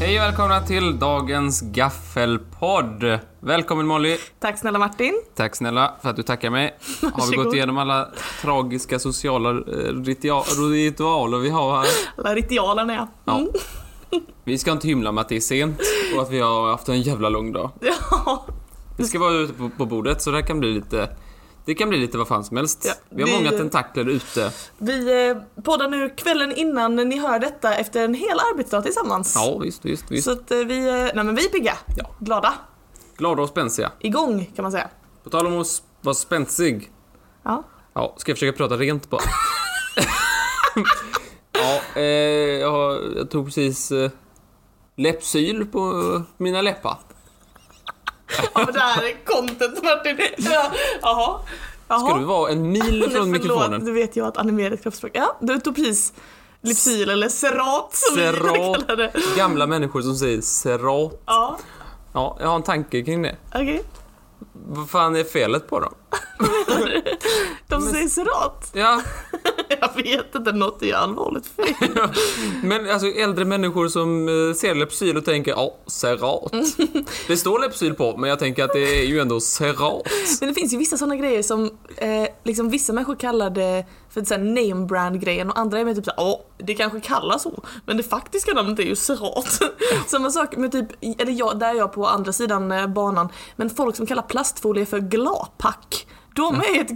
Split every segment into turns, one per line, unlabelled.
Hej och välkomna till dagens gaffelpodd. Välkommen Molly.
Tack snälla Martin.
Tack snälla för att du tackar mig. Har vi
Varsågod.
gått igenom alla tragiska sociala eh, ritua- ritualer vi har här?
Alla ritualerna ja. Mm.
Ja. Vi ska inte hymla med att det är sent och att vi har haft en jävla lång dag.
Ja,
Vi ska vara ute på, på bordet så det här kan bli lite... Det kan bli lite vad fan som helst.
Ja,
vi har
vi-
många tentakler ute.
vi eh, poddar nu kvällen innan ni hör detta efter en hel arbetsdag tillsammans.
Ja, visst, visst, visst.
Så att eh, vi, eh, nej men vi är pigga,
Ja.
glada,
Glada och spänstiga.
igång kan man säga.
På tal om att s- vara spänstig.
Ja.
Ja, ska jag försöka prata rent bara? ja, eh, jag, har- jag tog precis eh, Läppsyl på eh, mina läppar.
ja men det här är content Martin. Ja, Jaha. Jaha.
Ska du vara en mil
Nej,
från mikrofonen?
du vet ju att animerat kroppsspråk, ja du tog precis Lypsyl eller serat som vi
Serat.
kallar det.
Gamla människor som säger serat.
Ja,
Ja, jag har en tanke kring det.
okej.
Vad fan är felet på dem?
De säger serat.
Ja,
Jag vet inte, något är ju allvarligt fel.
men alltså äldre människor som eh, ser Läppsyl och tänker ja, serat. Det står Läppsyl på, men jag tänker att det är ju ändå serat.
Men det finns ju vissa sådana grejer som eh, liksom vissa människor kallar det för såhär name brand grejen och andra är mer typ såhär ja det kanske kallas så men det faktiska namnet är ju Serat. Samma sak med typ, eller jag, där är jag på andra sidan eh, banan, men folk som kallar plastfolie för glapack. De är ett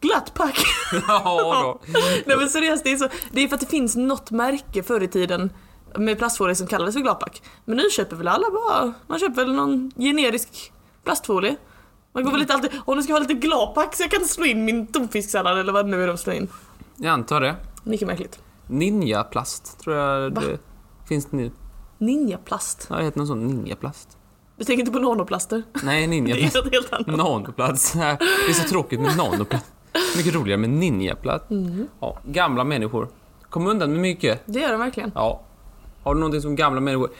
glatt pack.
Ja, då.
Nej men seriöst, det är, så, det är för att det finns något märke förr i tiden med plastfolie som kallades för glapack. Men nu köper väl alla bara, man köper väl någon generisk plastfolie. Man går väl lite alltid, åh nu ska jag ha lite glapack så jag kan slå in min tonfisksallad eller vad det nu är de slår in.
Jag antar det.
Mycket märkligt.
Ninjaplast tror jag
Va?
det finns nu.
Ninjaplast.
Ja, det heter någon sån ninjaplast.
Du tänker inte på nanoplaster?
Nej,
Det
ninjaplast.
är något helt annat.
Nanoplast. Nej, Det är så tråkigt med nanoplast. Mycket roligare med ninjaplast.
Mm.
Ja, gamla människor. Kom undan med mycket.
Det gör de verkligen.
Ja. Har du någonting som gamla människor...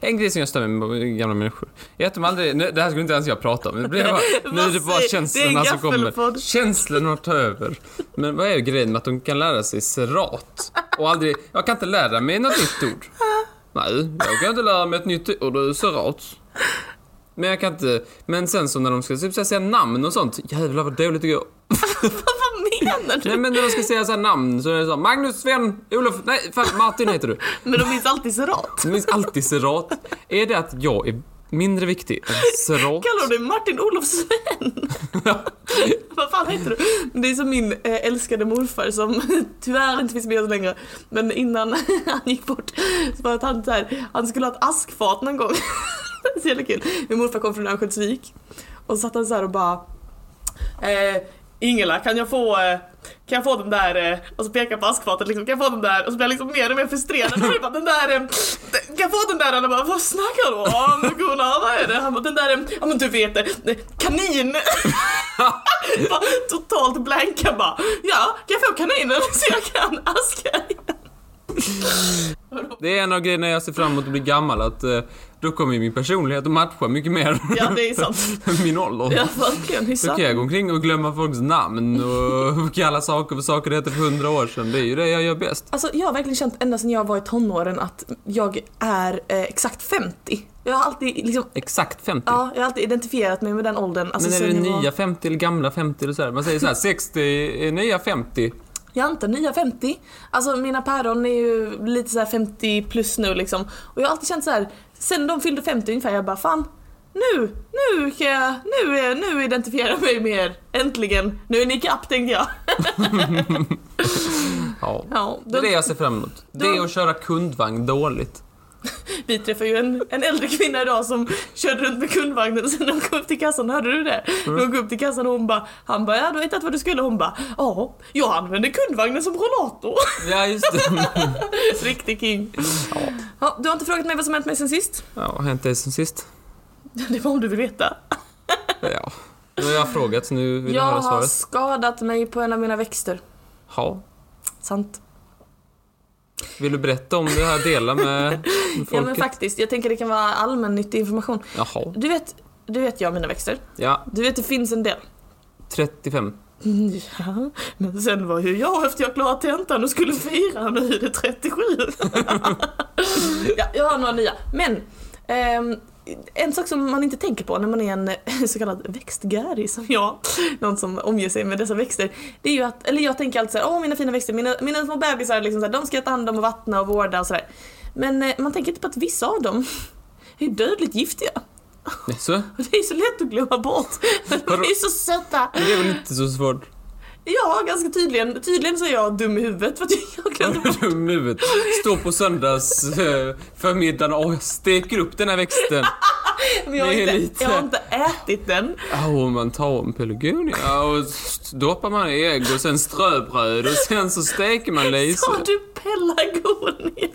En grej som jag stämmer med gamla människor är att de aldrig... nu- Det här skulle inte ens jag prata om. Det blir bara, nu är det bara
Vad säger- det är
känslorna
en
som kommer.
gaffelpodd.
Känslorna tar över. Men vad är grejen med att de kan lära sig serat? Och aldrig... Jag kan inte lära mig något nytt ord. Nej, jag kan inte lära mig ett nytt ord. Det är serat. Men jag kan inte... Men sen så när de ska typ så här säga namn och sånt. Jävlar vad dåligt det går.
Vad menar du?
Nej men när de ska säga så här namn så är det så här, Magnus, Sven, Olof... Nej, fan, Martin heter du.
Men de minns alltid serat.
Det finns alltid serat. Är det att jag är mindre viktig än serat?
Kallar du dig Martin Olofsson? Vad fan heter du? Det är som min eh, älskade morfar som tyvärr inte finns med oss längre. Men innan han gick bort så var det att han, så här, han skulle ha ett askfat någon gång. så jävla kul. Min morfar kom från Örnsköldsvik och så satt han så här och bara eh, Ingela kan jag få eh, kan jag få den där, eh, och så pekar jag på askfatet liksom, kan jag få den där? Och så blir jag liksom mer och mer frustrerad. Och jag bara, den där, eh, kan jag få den där? Och jag bara, vad snackar du om? Gunnar, vad är det? Han bara, den där, eh, ja men du vet det, eh, kanin! bara, totalt blanka bara, ja, kan jag få kaninen så jag kan aska igen?
Det är en av grejerna jag ser fram emot att bli gammal, att eh, då kommer ju min personlighet att matcha mycket mer
Ja, det är sant.
än min ålder.
Ja, verkligen,
Då
hyssa.
kan jag gå omkring och glömma folks namn och kalla saker för saker det hette för hundra år sedan. Det är ju det jag gör bäst.
Alltså jag har verkligen känt ända sedan jag var i tonåren att jag är eh, exakt 50. Jag har alltid liksom
Exakt 50.
Ja, jag har alltid identifierat mig med den åldern. Alltså,
Men är
sen
det
jag var-
nya 50 eller gamla 50 eller så här? Man säger så här, 60 är nya 50.
Jag antar nya 50. Alltså mina päron är ju lite så här 50 plus nu liksom. Och jag har alltid känt så här. sen de fyllde 50 ungefär, jag bara fan. Nu, nu kan jag, nu, är- nu identifierar jag mig med er. Äntligen. Nu är ni ikapp tänkte jag.
Ja.
Ja,
Det
då,
är det jag ser fram emot. Det
då-
är att köra kundvagn dåligt.
Vi träffade ju en, en äldre kvinna idag som körde runt med kundvagnen och sen när hon kom upp till kassan, hörde du det? När
Mm.
hon kom upp till kassan och hon bara, han bara ja du har hittat vad du skulle? Hon bara ja, jag använder kundvagnen som rollator.
Ja, just det.
Riktig king. Ja, du har inte frågat mig vad som hänt mig sen sist?
Ja, vad har hänt dig sen sist?
Det var om du vill veta.
Ja. Nu har jag frågat, så nu vill jag,
jag
höra
har
svaret.
skadat mig på en av mina växter.
Ja.
Sant.
Vill du berätta om det här? Dela med med folket?
Ja men faktiskt, jag tänker det kan vara allmännyttig information.
Jaha.
Du vet, du vet jag och mina växter.
Ja,
Du vet det finns en del.
35.
Ja, men sen var ju jag efter jag klarat tentan och skulle fira, nu är det 37. Ja, jag har några nya. Men ehm, en sak som man inte tänker på när man är en eh, så kallad växtgäri som jag, någon som omger sig med dessa växter, det är ju att, eller jag tänker alltid såhär, åh mina fina växter, mina, mina små bebisar, liksom så här, de ska jag ta hand om och vattna och vårda och sådär. Men eh, man tänker inte på att vissa av dem är ju dödligt giftiga.
Nej, Så?
Och det är ju så lätt att glömma bort. De är ju så söta.
Men Det är väl inte så svårt?
Ja, ganska tydligen. Tydligen så är jag dum i huvudet för att jag glömde bort.
Dum i huvudet. Står på söndags eh, förmiddagen och jag steker upp den här växten.
Men jag har,
det är
inte,
lite-
jag har inte ätit den.
Oh, man tar en pelargonia och s- doppar man i ägg och sen ströbröd och sen så steker man lite.
Sa du pelargonia?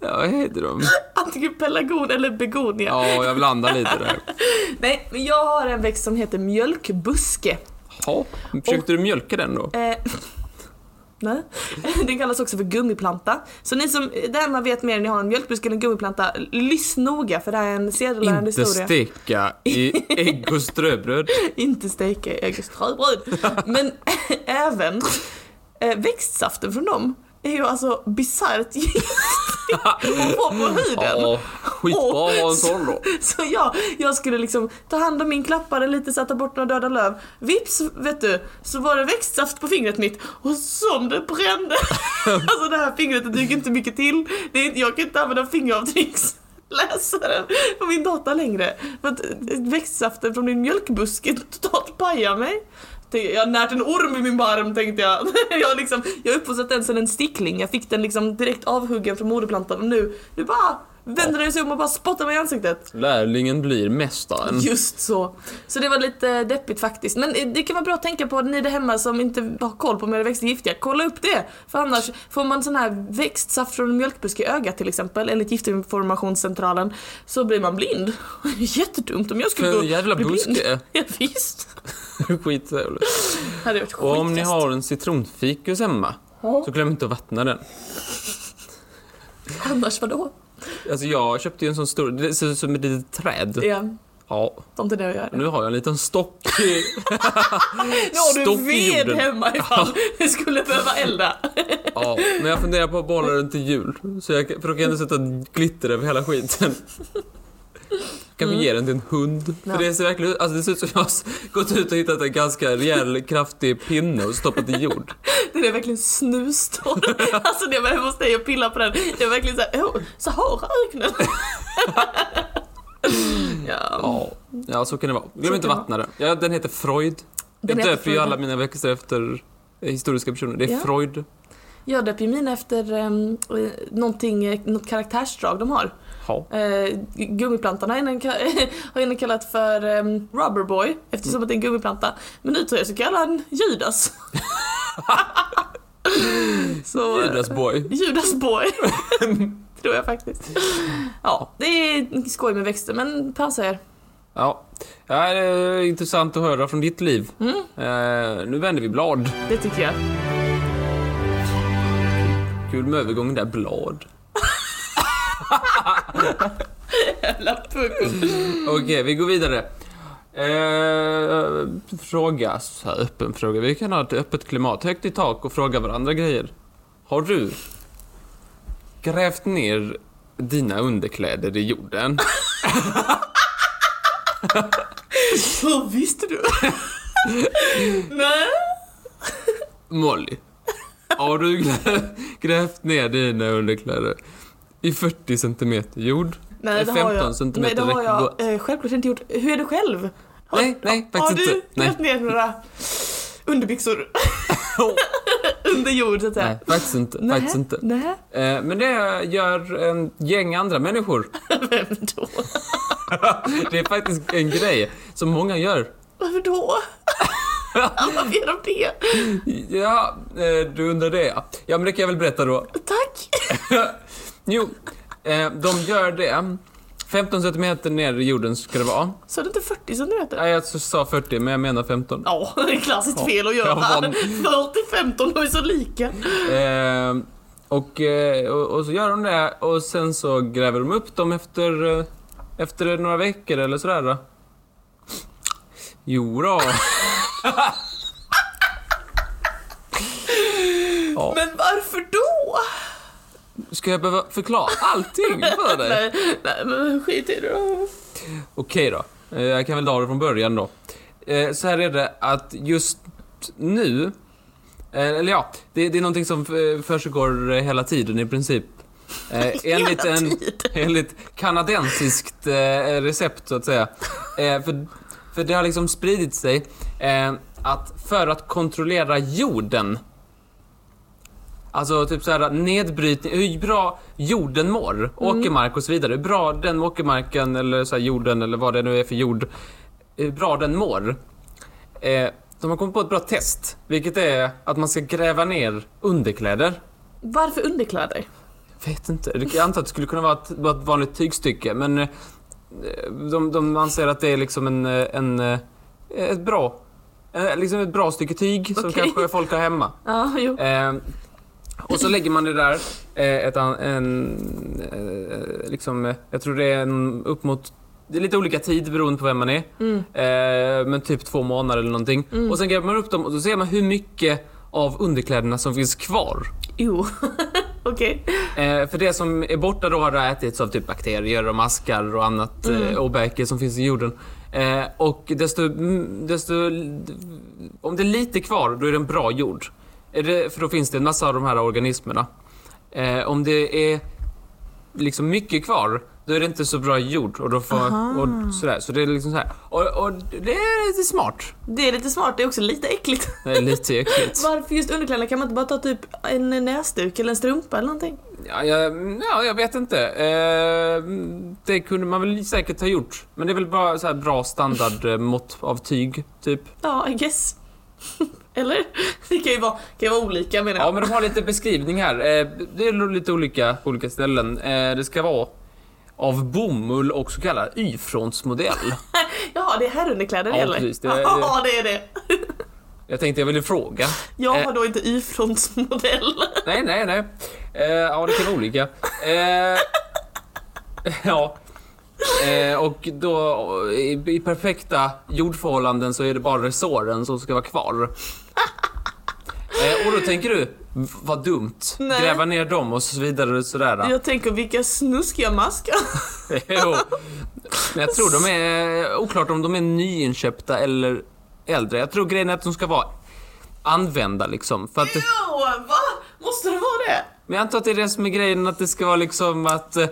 Ja, vad heter de?
Antingen pelargon eller begonia.
Ja, jag blandar lite där.
Nej, men jag har en växt som heter mjölkbuske.
Ja, försökte du mjölka den då?
Eh, nej. Den kallas också för gummiplanta. Så ni som däremot vet mer än ni har en mjölkbuske eller en gummiplanta, lyssna noga för det här är en sedelärande
Inte
historia.
steka i ägg och ströbröd.
Inte steka eget ströbröd. Men även eh, växtsaften från dem är ju alltså bisarrt giftig. Och på på huden.
Ja, skitbra att ha en sån då.
Så jag, jag skulle liksom ta hand om min klappare lite, sätta bort några döda löv. Vips, vet du, så var det växtsaft på fingret mitt och som det brände. alltså det här fingret, det duger inte mycket till. Det är, inte- jag kan inte använda fingeravtrycksläsaren på min dator längre. För att eh, växtsaften från min mjölkbuske totalt pajar mig. Tänkte Jag jag har närt en orm i min barm tänkte jag. Jag har liksom, jag har uppfostrat den som en stickling. Jag fick den liksom direkt avhuggen från moderplantan och nu, nu bara vänder den sig om och bara spottar mig i ansiktet.
Lärlingen blir mästaren.
Just så. Så det var lite deppigt faktiskt. Men eh, det kan vara bra att tänka på ni där hemma som inte har koll på om era växter är giftiga. Kolla upp det! För annars får man sån här växtsaft från en mjölkbuske i ögat till exempel, enligt Giftinformationscentralen, så blir man blind. Jättedumt om jag skulle
För
gå
en jävla
och bli blind.
buske.
Ja, visst.
Skittrevligt.
Det hade varit
Och om ni
skitfest.
har en citronfikus hemma,
Ja.
så glöm inte att vattna den.
Annars vadå?
Alltså jag köpte ju en sån stor, det ser ut som ett litet träd.
Ja,
Ja,
sånt är det jag gör.
nu har jag en liten stock.
Nu har
stopp
du
i
ved
jorden.
hemma ifall du skulle behöva elda.
Ja, men jag funderar på att behålla den till jul. Så jag, för då kan jag sätta glitter över hela skiten. Kan vi ge den till en hund?
Mm. Ja.
För det ser verkligen ut, alltså det ser ut som jag har s- gått ut och hittat en ganska rejäl kraftig pinne och stoppat i jord.
Den är verkligen snustorr. Alltså när jag var hemma hos dig och pillade på den, jag var verkligen såhär, åh, Saharaöknen. ja.
Ja, ja så kan det vara. Glöm
Så
inte
kan det
vattna den. Ja, den heter Freud.
Den
jag
heter
döper ju
Freud.
alla mina växter efter eh, historiska personer. Det är
Ja.
Freud.
Jag döper ju mina efter um, någonting, eh, något karaktärsdrag de har.
Ja.
Eh, gummiplantan har ena, ka- har ena kallat för um, Rubberboy eftersom att det är en gummiplanta. Men nu tror jag så kallar han Judas. så, eh,
Judas boy.
Judas boy. Tror jag faktiskt. Ja, det är skoj med växter men passa er.
Ja. ja, det är eh, intressant att höra från ditt liv.
Mm.
Eh, nu vänder vi blad.
Det tycker jag.
Kul med övergången där, blad.
Jävla pucko.
Okej, vi går vidare. Eh, fråga, så här öppen fråga. Vi kan ha ett öppet klimat, högt i tak och fråga varandra grejer. Har du grävt ner dina underkläder i jorden?
Hur visste du? Nej.
Molly, har du grä- grävt ner dina underkläder i 40 centimeter jord?
Nej, det har
15
jag. Nej,
centimeter
det har jag
räcker
eh, självklart inte gjort. Hur är det själv? Har,
Nej, nej,
har
faktiskt
du
inte. Nej.
grävt ner några underbyxor under jord så att säga?
Nej, faktiskt inte.
Nej.
Faktiskt inte.
Nej,
Eh, men det gör en gäng andra människor.
vem då?
Det är faktiskt en grej som många gör.
Varför då? Varför gör de det?
Ja, eh, du undrar det ja. Ja, men det kan jag väl berätta då.
Tack!
Jo, eh, de gör det. 15 centimeter ner i jorden ska det vara.
Så är det inte 40 centimeter?
Nej, jag sa 40, men jag menar 15.
Ja, det är klassiskt
Ja.
fel att göra.
Jag
40-15, de är så lika.
Eh, och, eh, och, och så gör de det och sen så gräver de upp dem efter, eh, efter några veckor eller sådär. Då. Jo då.
Men varför då?
Ska jag behöva förklara allting för dig?
Nej, nej, men skit i det då.
Okej då. Eh, Jag kan väl dra det från början då. Eh, Så här är det att just nu, eh, eller ja, det, det är någonting som eh, försiggår eh, hela tiden i princip. Eh, Enligt
Hela
en,
tiden.
enligt kanadensiskt eh, recept så att säga. Eh, för, för det har liksom spridit sig eh, att för att kontrollera jorden Alltså typ såhär nedbrytning, hur bra jorden mår, åkermark och så vidare. Hur bra den åkermarken eller så här jorden eller vad det nu är för jord, hur bra den mår. Eh, de har kommit på ett bra test, vilket är att man ska gräva ner underkläder.
Varför underkläder?
Vet inte. Jag antar att det skulle kunna vara ett, bara ett vanligt tygstycke, men eh, de, de anser att det är liksom en, eh, en, eh, ett bra, eh, liksom ett bra stycke tyg som
Okej.
kanske folk har hemma.
Ja, jo.
Eh, och så lägger man det där, eh, ett, an- en, eh, liksom, eh, jag tror det är en, upp mot, det är lite olika tid beroende på vem man är,
Mm.
eh, men typ två månader eller någonting.
Mm.
Och sen gräver man upp dem och då ser man hur mycket av underkläderna som finns kvar.
Jo. Okej.
Eh, för det som är borta då har det ätits av typ bakterier och maskar och annat eh, åbäke som finns i jorden. Eh, och desto, mm, desto... Om det är lite kvar, då är det en bra jord. Är det, för då finns det en massa av de här organismerna. Eh, om det är liksom mycket kvar, då är det inte så bra jord. Och då får, och sådär. Så det är liksom så här. Och, och det är lite smart.
Det är lite smart, det är också lite äckligt.
Det är lite äckligt.
Varför just underkläderna? Kan man inte bara ta typ en näsduk eller en strumpa eller någonting?
Ja, jag, ja, jag vet inte. Eh, det kunde man väl säkert ha gjort. Men det är väl bara så här bra standardmått av tyg, typ.
Ja, I guess. eller? Det kan ju vara, kan ju vara olika menar jag.
Ja, men de har lite beskrivning här. Eh, det är lite olika på olika ställen. Eh, det ska vara av bomull och så kallad Y-frontsmodell.
Jaha, det är herrunderkläder
Ja,
eller?
precis, det-
ja, det är det.
Jag tänkte jag ville fråga.
Jag
Eh.
har då inte Y-frontsmodell.
Nej, nej, nej. Eh, ja, det kan vara olika. Eh, ja. Eh, och då i, i perfekta jordförhållanden så är det bara resåren som ska vara kvar. Eh, och då tänker du, "V- vad dumt.
Nej.
Gräva ner dem och så vidare och sådär.
Jag tänker vilka snuskiga maskar.
jo. Men jag tror de är, oklart om de är nyinköpta eller äldre. Jag tror grejen är att de ska vara använda liksom. För att,
Jo, va? Måste det vara det?
Men jag antar att det är det som är grejen, att det ska vara liksom att eh,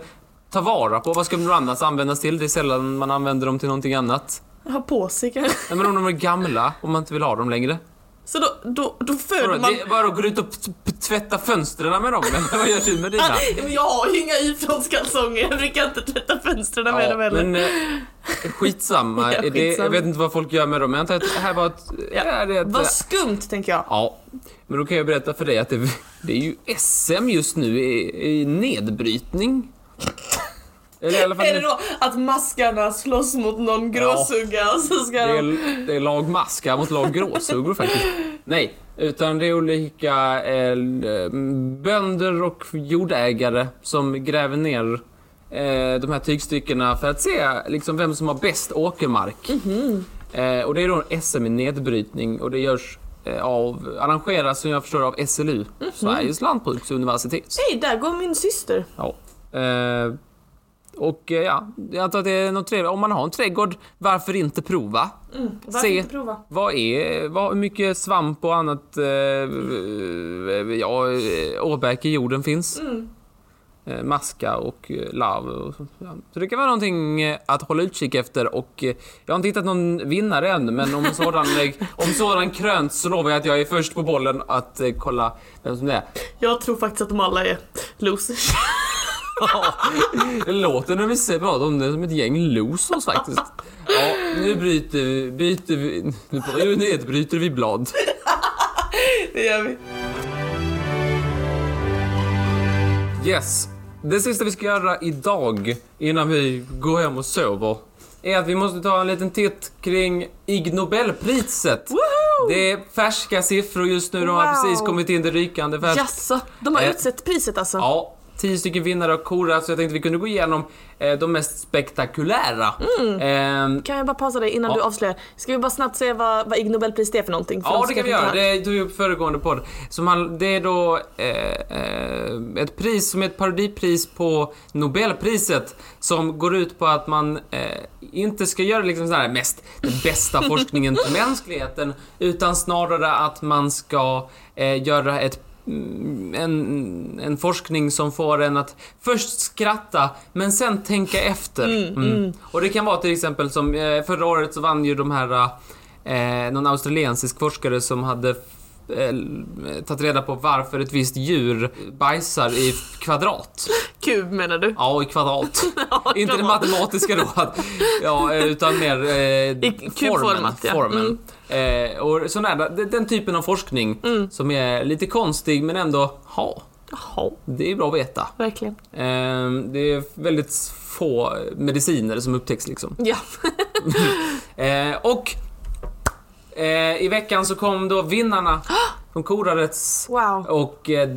ta vara på. Vad ska de annars användas till? Det är sällan man använder dem till någonting annat.
Ha på sig kanske.
Nej, men om de är gamla och man inte vill ha dem längre.
Så då, då, då föder
Vadå,
man...
det är bara att gå ut och t- t- tvätta fönstren med dem, eller vad gör du med dina?
Ja, men jag har ju inga ifrånskalsonger, jag brukar inte tvätta fönstren med
Ja,
dem heller.
men eh, skitsamma.
Ja,
Det,
skitsamma.
jag vet inte vad folk gör med dem, men jag antar att det här var ett... Ja. Det här är ett
Vad skumt tänker jag.
ja, men då kan jag berätta för dig att det, det är ju SM just nu i, i nedbrytning. Eller i alla fall...
Är det då att maskarna slåss mot någon gråsugga och så ska
Det
de...
är, det är lag maskar mot lag gråsuggor faktiskt. Nej, utan det är olika eh, bönder och jordägare som gräver ner eh, de här tygstyckena för att se liksom, vem som har bäst åkermark.
Mhm.
Eh, och det är då en SM i nedbrytning och det görs eh, av, arrangeras som jag förstår av SLU,
Mhm.
Sveriges lantbruksuniversitet.
Hej, där går min syster.
Ja. Eh, och eh, ja, jag antar att det är något trevligt. Om man har en trädgård, varför inte prova?
Mm, Varför
Se.
inte prova?
Vad är, vad, hur mycket svamp och annat, eh, ja, eh, åbäke i jorden finns? Eh, maska och eh, larv och så. Ja. Så det kan vara någonting eh, att hålla utkik efter och eh, jag har inte hittat någon vinnare ännu men om sådan, eh, om sådan krönts så lovar jag att jag är först på bollen att eh, kolla vem som det är.
Jag tror faktiskt att de alla är losers.
Ja, det låter när vi ser bra, de är som ett gäng losers faktiskt. Ja, nu bryter vi, byter vi, nu bry- nedbryter vi blad.
Det gör vi.
Yes. Det sista vi ska göra idag innan vi går hem och sover är att vi måste ta en liten titt kring Ig Nobelpriset.
Woho!
Det är färska siffror just nu, de har
Wow.
precis kommit in det rykande färskt.
Jaså, de har
Eh.
utsett priset alltså?
Ja, tio stycken vinnare av Kora, så jag tänkte vi kunde gå igenom eh, de mest spektakulära.
Mm.
Eh,
Kan jag bara pausa dig innan
Ja.
du avslöjar? Ska vi bara snabbt se vad, vad Ig Nobelpriset är för någonting? För
Ja,
de
det
som
kan vi
kanske
göra.
inte
Det tog vi upp föregående podd. Som han, det är då eh, eh, ett pris som är ett parodipris på Nobelpriset som går ut på att man eh, inte ska göra liksom så här mest den bästa forskningen till mänskligheten utan snarare att man ska eh, göra ett mm, en, en forskning som får en att först skratta men sen tänka efter. Mm. Och det kan vara till exempel som eh, förra året så vann ju de här eh, någon australiensisk forskare som hade f- eh, tagit reda på varför ett visst djur bajsar i kvadrat.
Kub menar du?
Ja, i kvadrat.
Ja,
Inte det
de-
matematiska då, att, ja, eh, utan mer eh, formen.
kubformat, ja. Mm.
formen. Eh, och sån där, d- den typen av forskning som är lite konstig men ändå, ha,
Jaha,
det är bra att veta.
verkligen.
Eh, det är väldigt få mediciner som upptäcks liksom.
Ja.
Eh, och eh, i veckan så kom då vinnarna från Korarets
Wow.
och eh,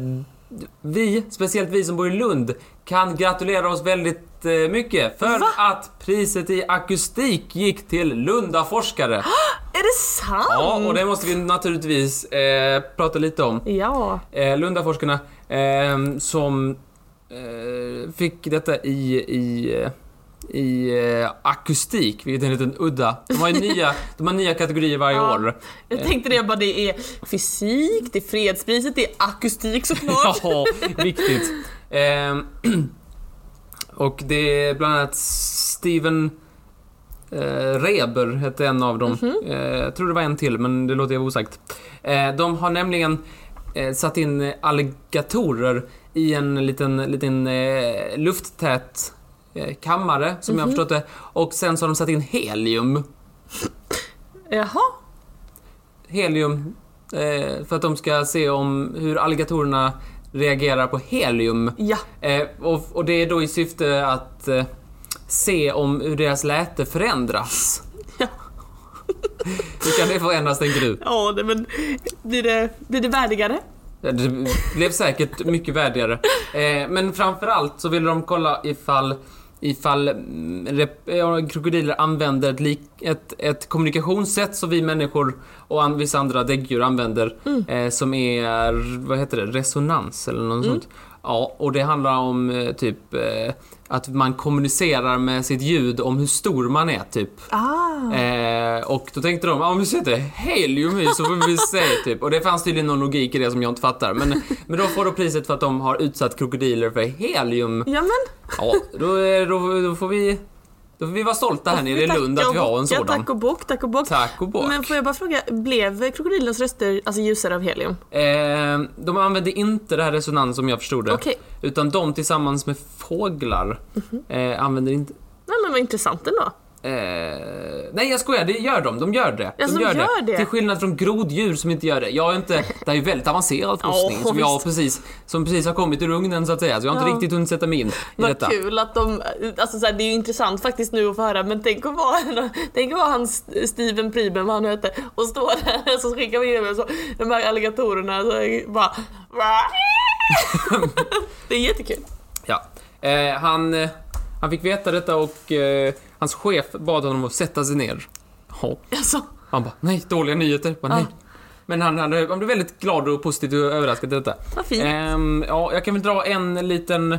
vi, speciellt vi som bor i Lund, kan gratulera oss väldigt eh, mycket för
Va?
att priset i akustik gick till Lundaforskare.
Är det sant?
Ja, och det måste vi naturligtvis eh, prata lite om.
Ja.
Eh, Lundaforskarna eh, som eh, fick detta i, i, eh, i eh, akustik, vilket är en liten udda. De har, ju nya, de har nya kategorier varje
Ja.
år.
Jag tänkte det, jag bara det är fysik, det är fredspriset, det är akustik såklart.
Ja, viktigt. Ehm, och det är bland annat Steven eh, Reber hette en av dem. Eh, jag tror det var en till, men det låter jag vara osagt. Eh, de har nämligen eh, satt in eh, alligatorer i en liten, liten eh, lufttät eh, kammare, som jag har förstått det. Och sen så har de satt in helium.
Jaha.
Helium, eh, för att de ska se om hur alligatorerna reagerar på helium.
Ja.
Eh, och, och det är då i syfte att eh, se om hur deras läte förändras.
Ja.
Hur kan det förändras en grupp?
Ja, det- men blir det, blir det värdigare?
Det blev säkert mycket värdigare. Eh, men framförallt så ville de kolla ifall ifall mm, rep- ja, krokodiler använder ett, lik, ett, ett kommunikationssätt som vi människor och an, vissa andra däggdjur använder eh, som är, vad heter det, resonans eller något sånt. Ja, och det handlar om eh, typ eh, att man kommunicerar med sitt ljud om hur stor man är typ.
Ah.
Eh, och då tänkte de, "Ja, om vi sätter helium i så får vi se typ. Och det fanns tydligen någon logik i det som jag inte fattar. Men, men de får då priset för att de har utsatt krokodiler för helium.
Ja men,
Ja, då, är- då, då får vi... Då får vi vara stolta här nere i
tackar
Lund att vi
och
har en
bockar,
sådan.
Tack och bock, tack och bock.
Tack och bock.
Men får jag bara fråga, blev krokodilens röster alltså ljusare av helium?
Eh, de använde inte det här resonans som jag förstod det.
Okej. Mhm.
Utan de tillsammans med fåglar eh, använder inte...
Nej men vad intressant ändå.
Eh, nej jag skojar, det gör de. De gör det.
Alltså, de gör det.
Till skillnad från groddjur som inte gör det. Jag är inte, det här är ju väldigt avancerad forskning som, jag
visst.
precis, som precis har kommit ur ugnen så att säga. Så jag har inte
Ja.
riktigt hunnit sätta mig in i
Vad
detta.
kul att de, alltså så här, det är ju intressant faktiskt nu att få höra men tänk att vara, tänk att vara han St- Steven Priben vad han nu hette och stå där och så skickar vi in så, de här alligatorerna så här, bara va? Det är jättekul.
Ja. Eh, han, eh, han fick veta detta och eh, hans chef bad honom att sätta sig ner. Ja.
Alltså,
Han bara, nej, dåliga nyheter. Jag Bara, nej. Men han, han, han blev väldigt glad och positiv och överraskad i detta.
vad fint.
Ehm, ja, jag kan väl dra en liten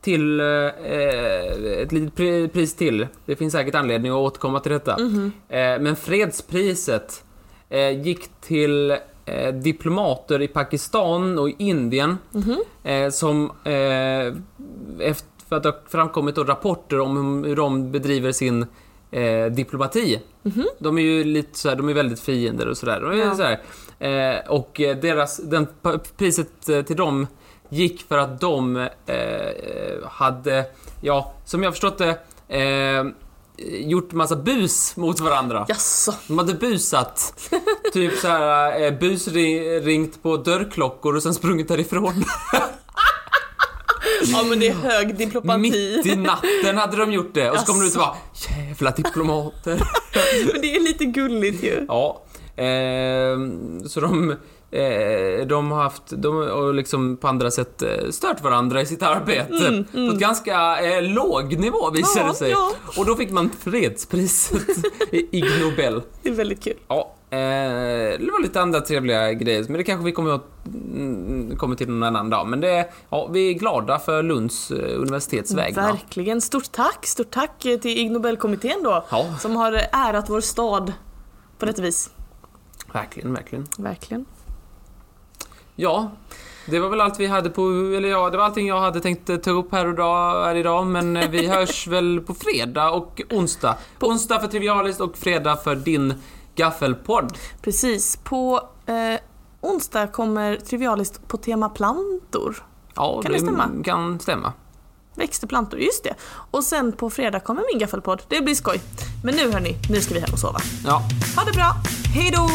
till, eh, ett litet pri- pris till. Det finns säkert anledning att återkomma till detta.
Mhm.
Eh, men fredspriset eh, gick till eh, diplomater i Pakistan och i Indien eh, som eh, efter för att det har framkommit då rapporter om hur de bedriver sin eh, diplomati. De är ju lite så här, de är väldigt fiender och sådär. De är
Ja.
så här, eh, och eh, deras, den, pa- priset eh, till dem gick för att de eh, hade, ja, som jag förstått det, eh, gjort massa bus mot varandra.
Jaså,
De hade busat. Typ så här, eh, busringt på dörrklockor och sen sprungit därifrån.
ja men det är hög
Mitt i
diplomati.
natten hade de gjort det och så kom de ut och bara Jävla diplomater.
Men det är lite gulligt ju.
ja. ehm, så de eh, de har haft, de har liksom på andra sätt eh, stört varandra i sitt arbete. På ett ganska eh, låg nivå visade det
Mm, Ja,
sig.
ja.
Och då fick man fredspriset i Ig Nobel.
Det är väldigt kul.
Ja, eh, det var lite andra trevliga grejer, men det kanske vi kommer, att, mm, kommer till någon annan dag. Men det, ja, vi är glada för Lunds eh, universitets vägnar.
Verkligen. Stort tack. Stort tack till Ig Nobelkommittén då.
Ja,
Som har ärat vår stad på detta vis.
verkligen, verkligen.
Verkligen.
Ja, det var väl allt vi hade på, eller ja, det var allting jag hade tänkt eh, ta upp här, och dag, här idag, men eh, vi hörs väl på fredag och onsdag. På onsdag för Trivialist och fredag för din gaffelpodd.
Precis. På eh, onsdag kommer Trivialist på tema plantor.
Ja,
Kan det stämma?
Kan stämma.
Växterplantor, just det. Och sen på fredag kommer min gaffelpodd. Det blir skoj. Men nu hörni, nu ska vi hem och sova.
Ja.
Ha det bra. Hej då!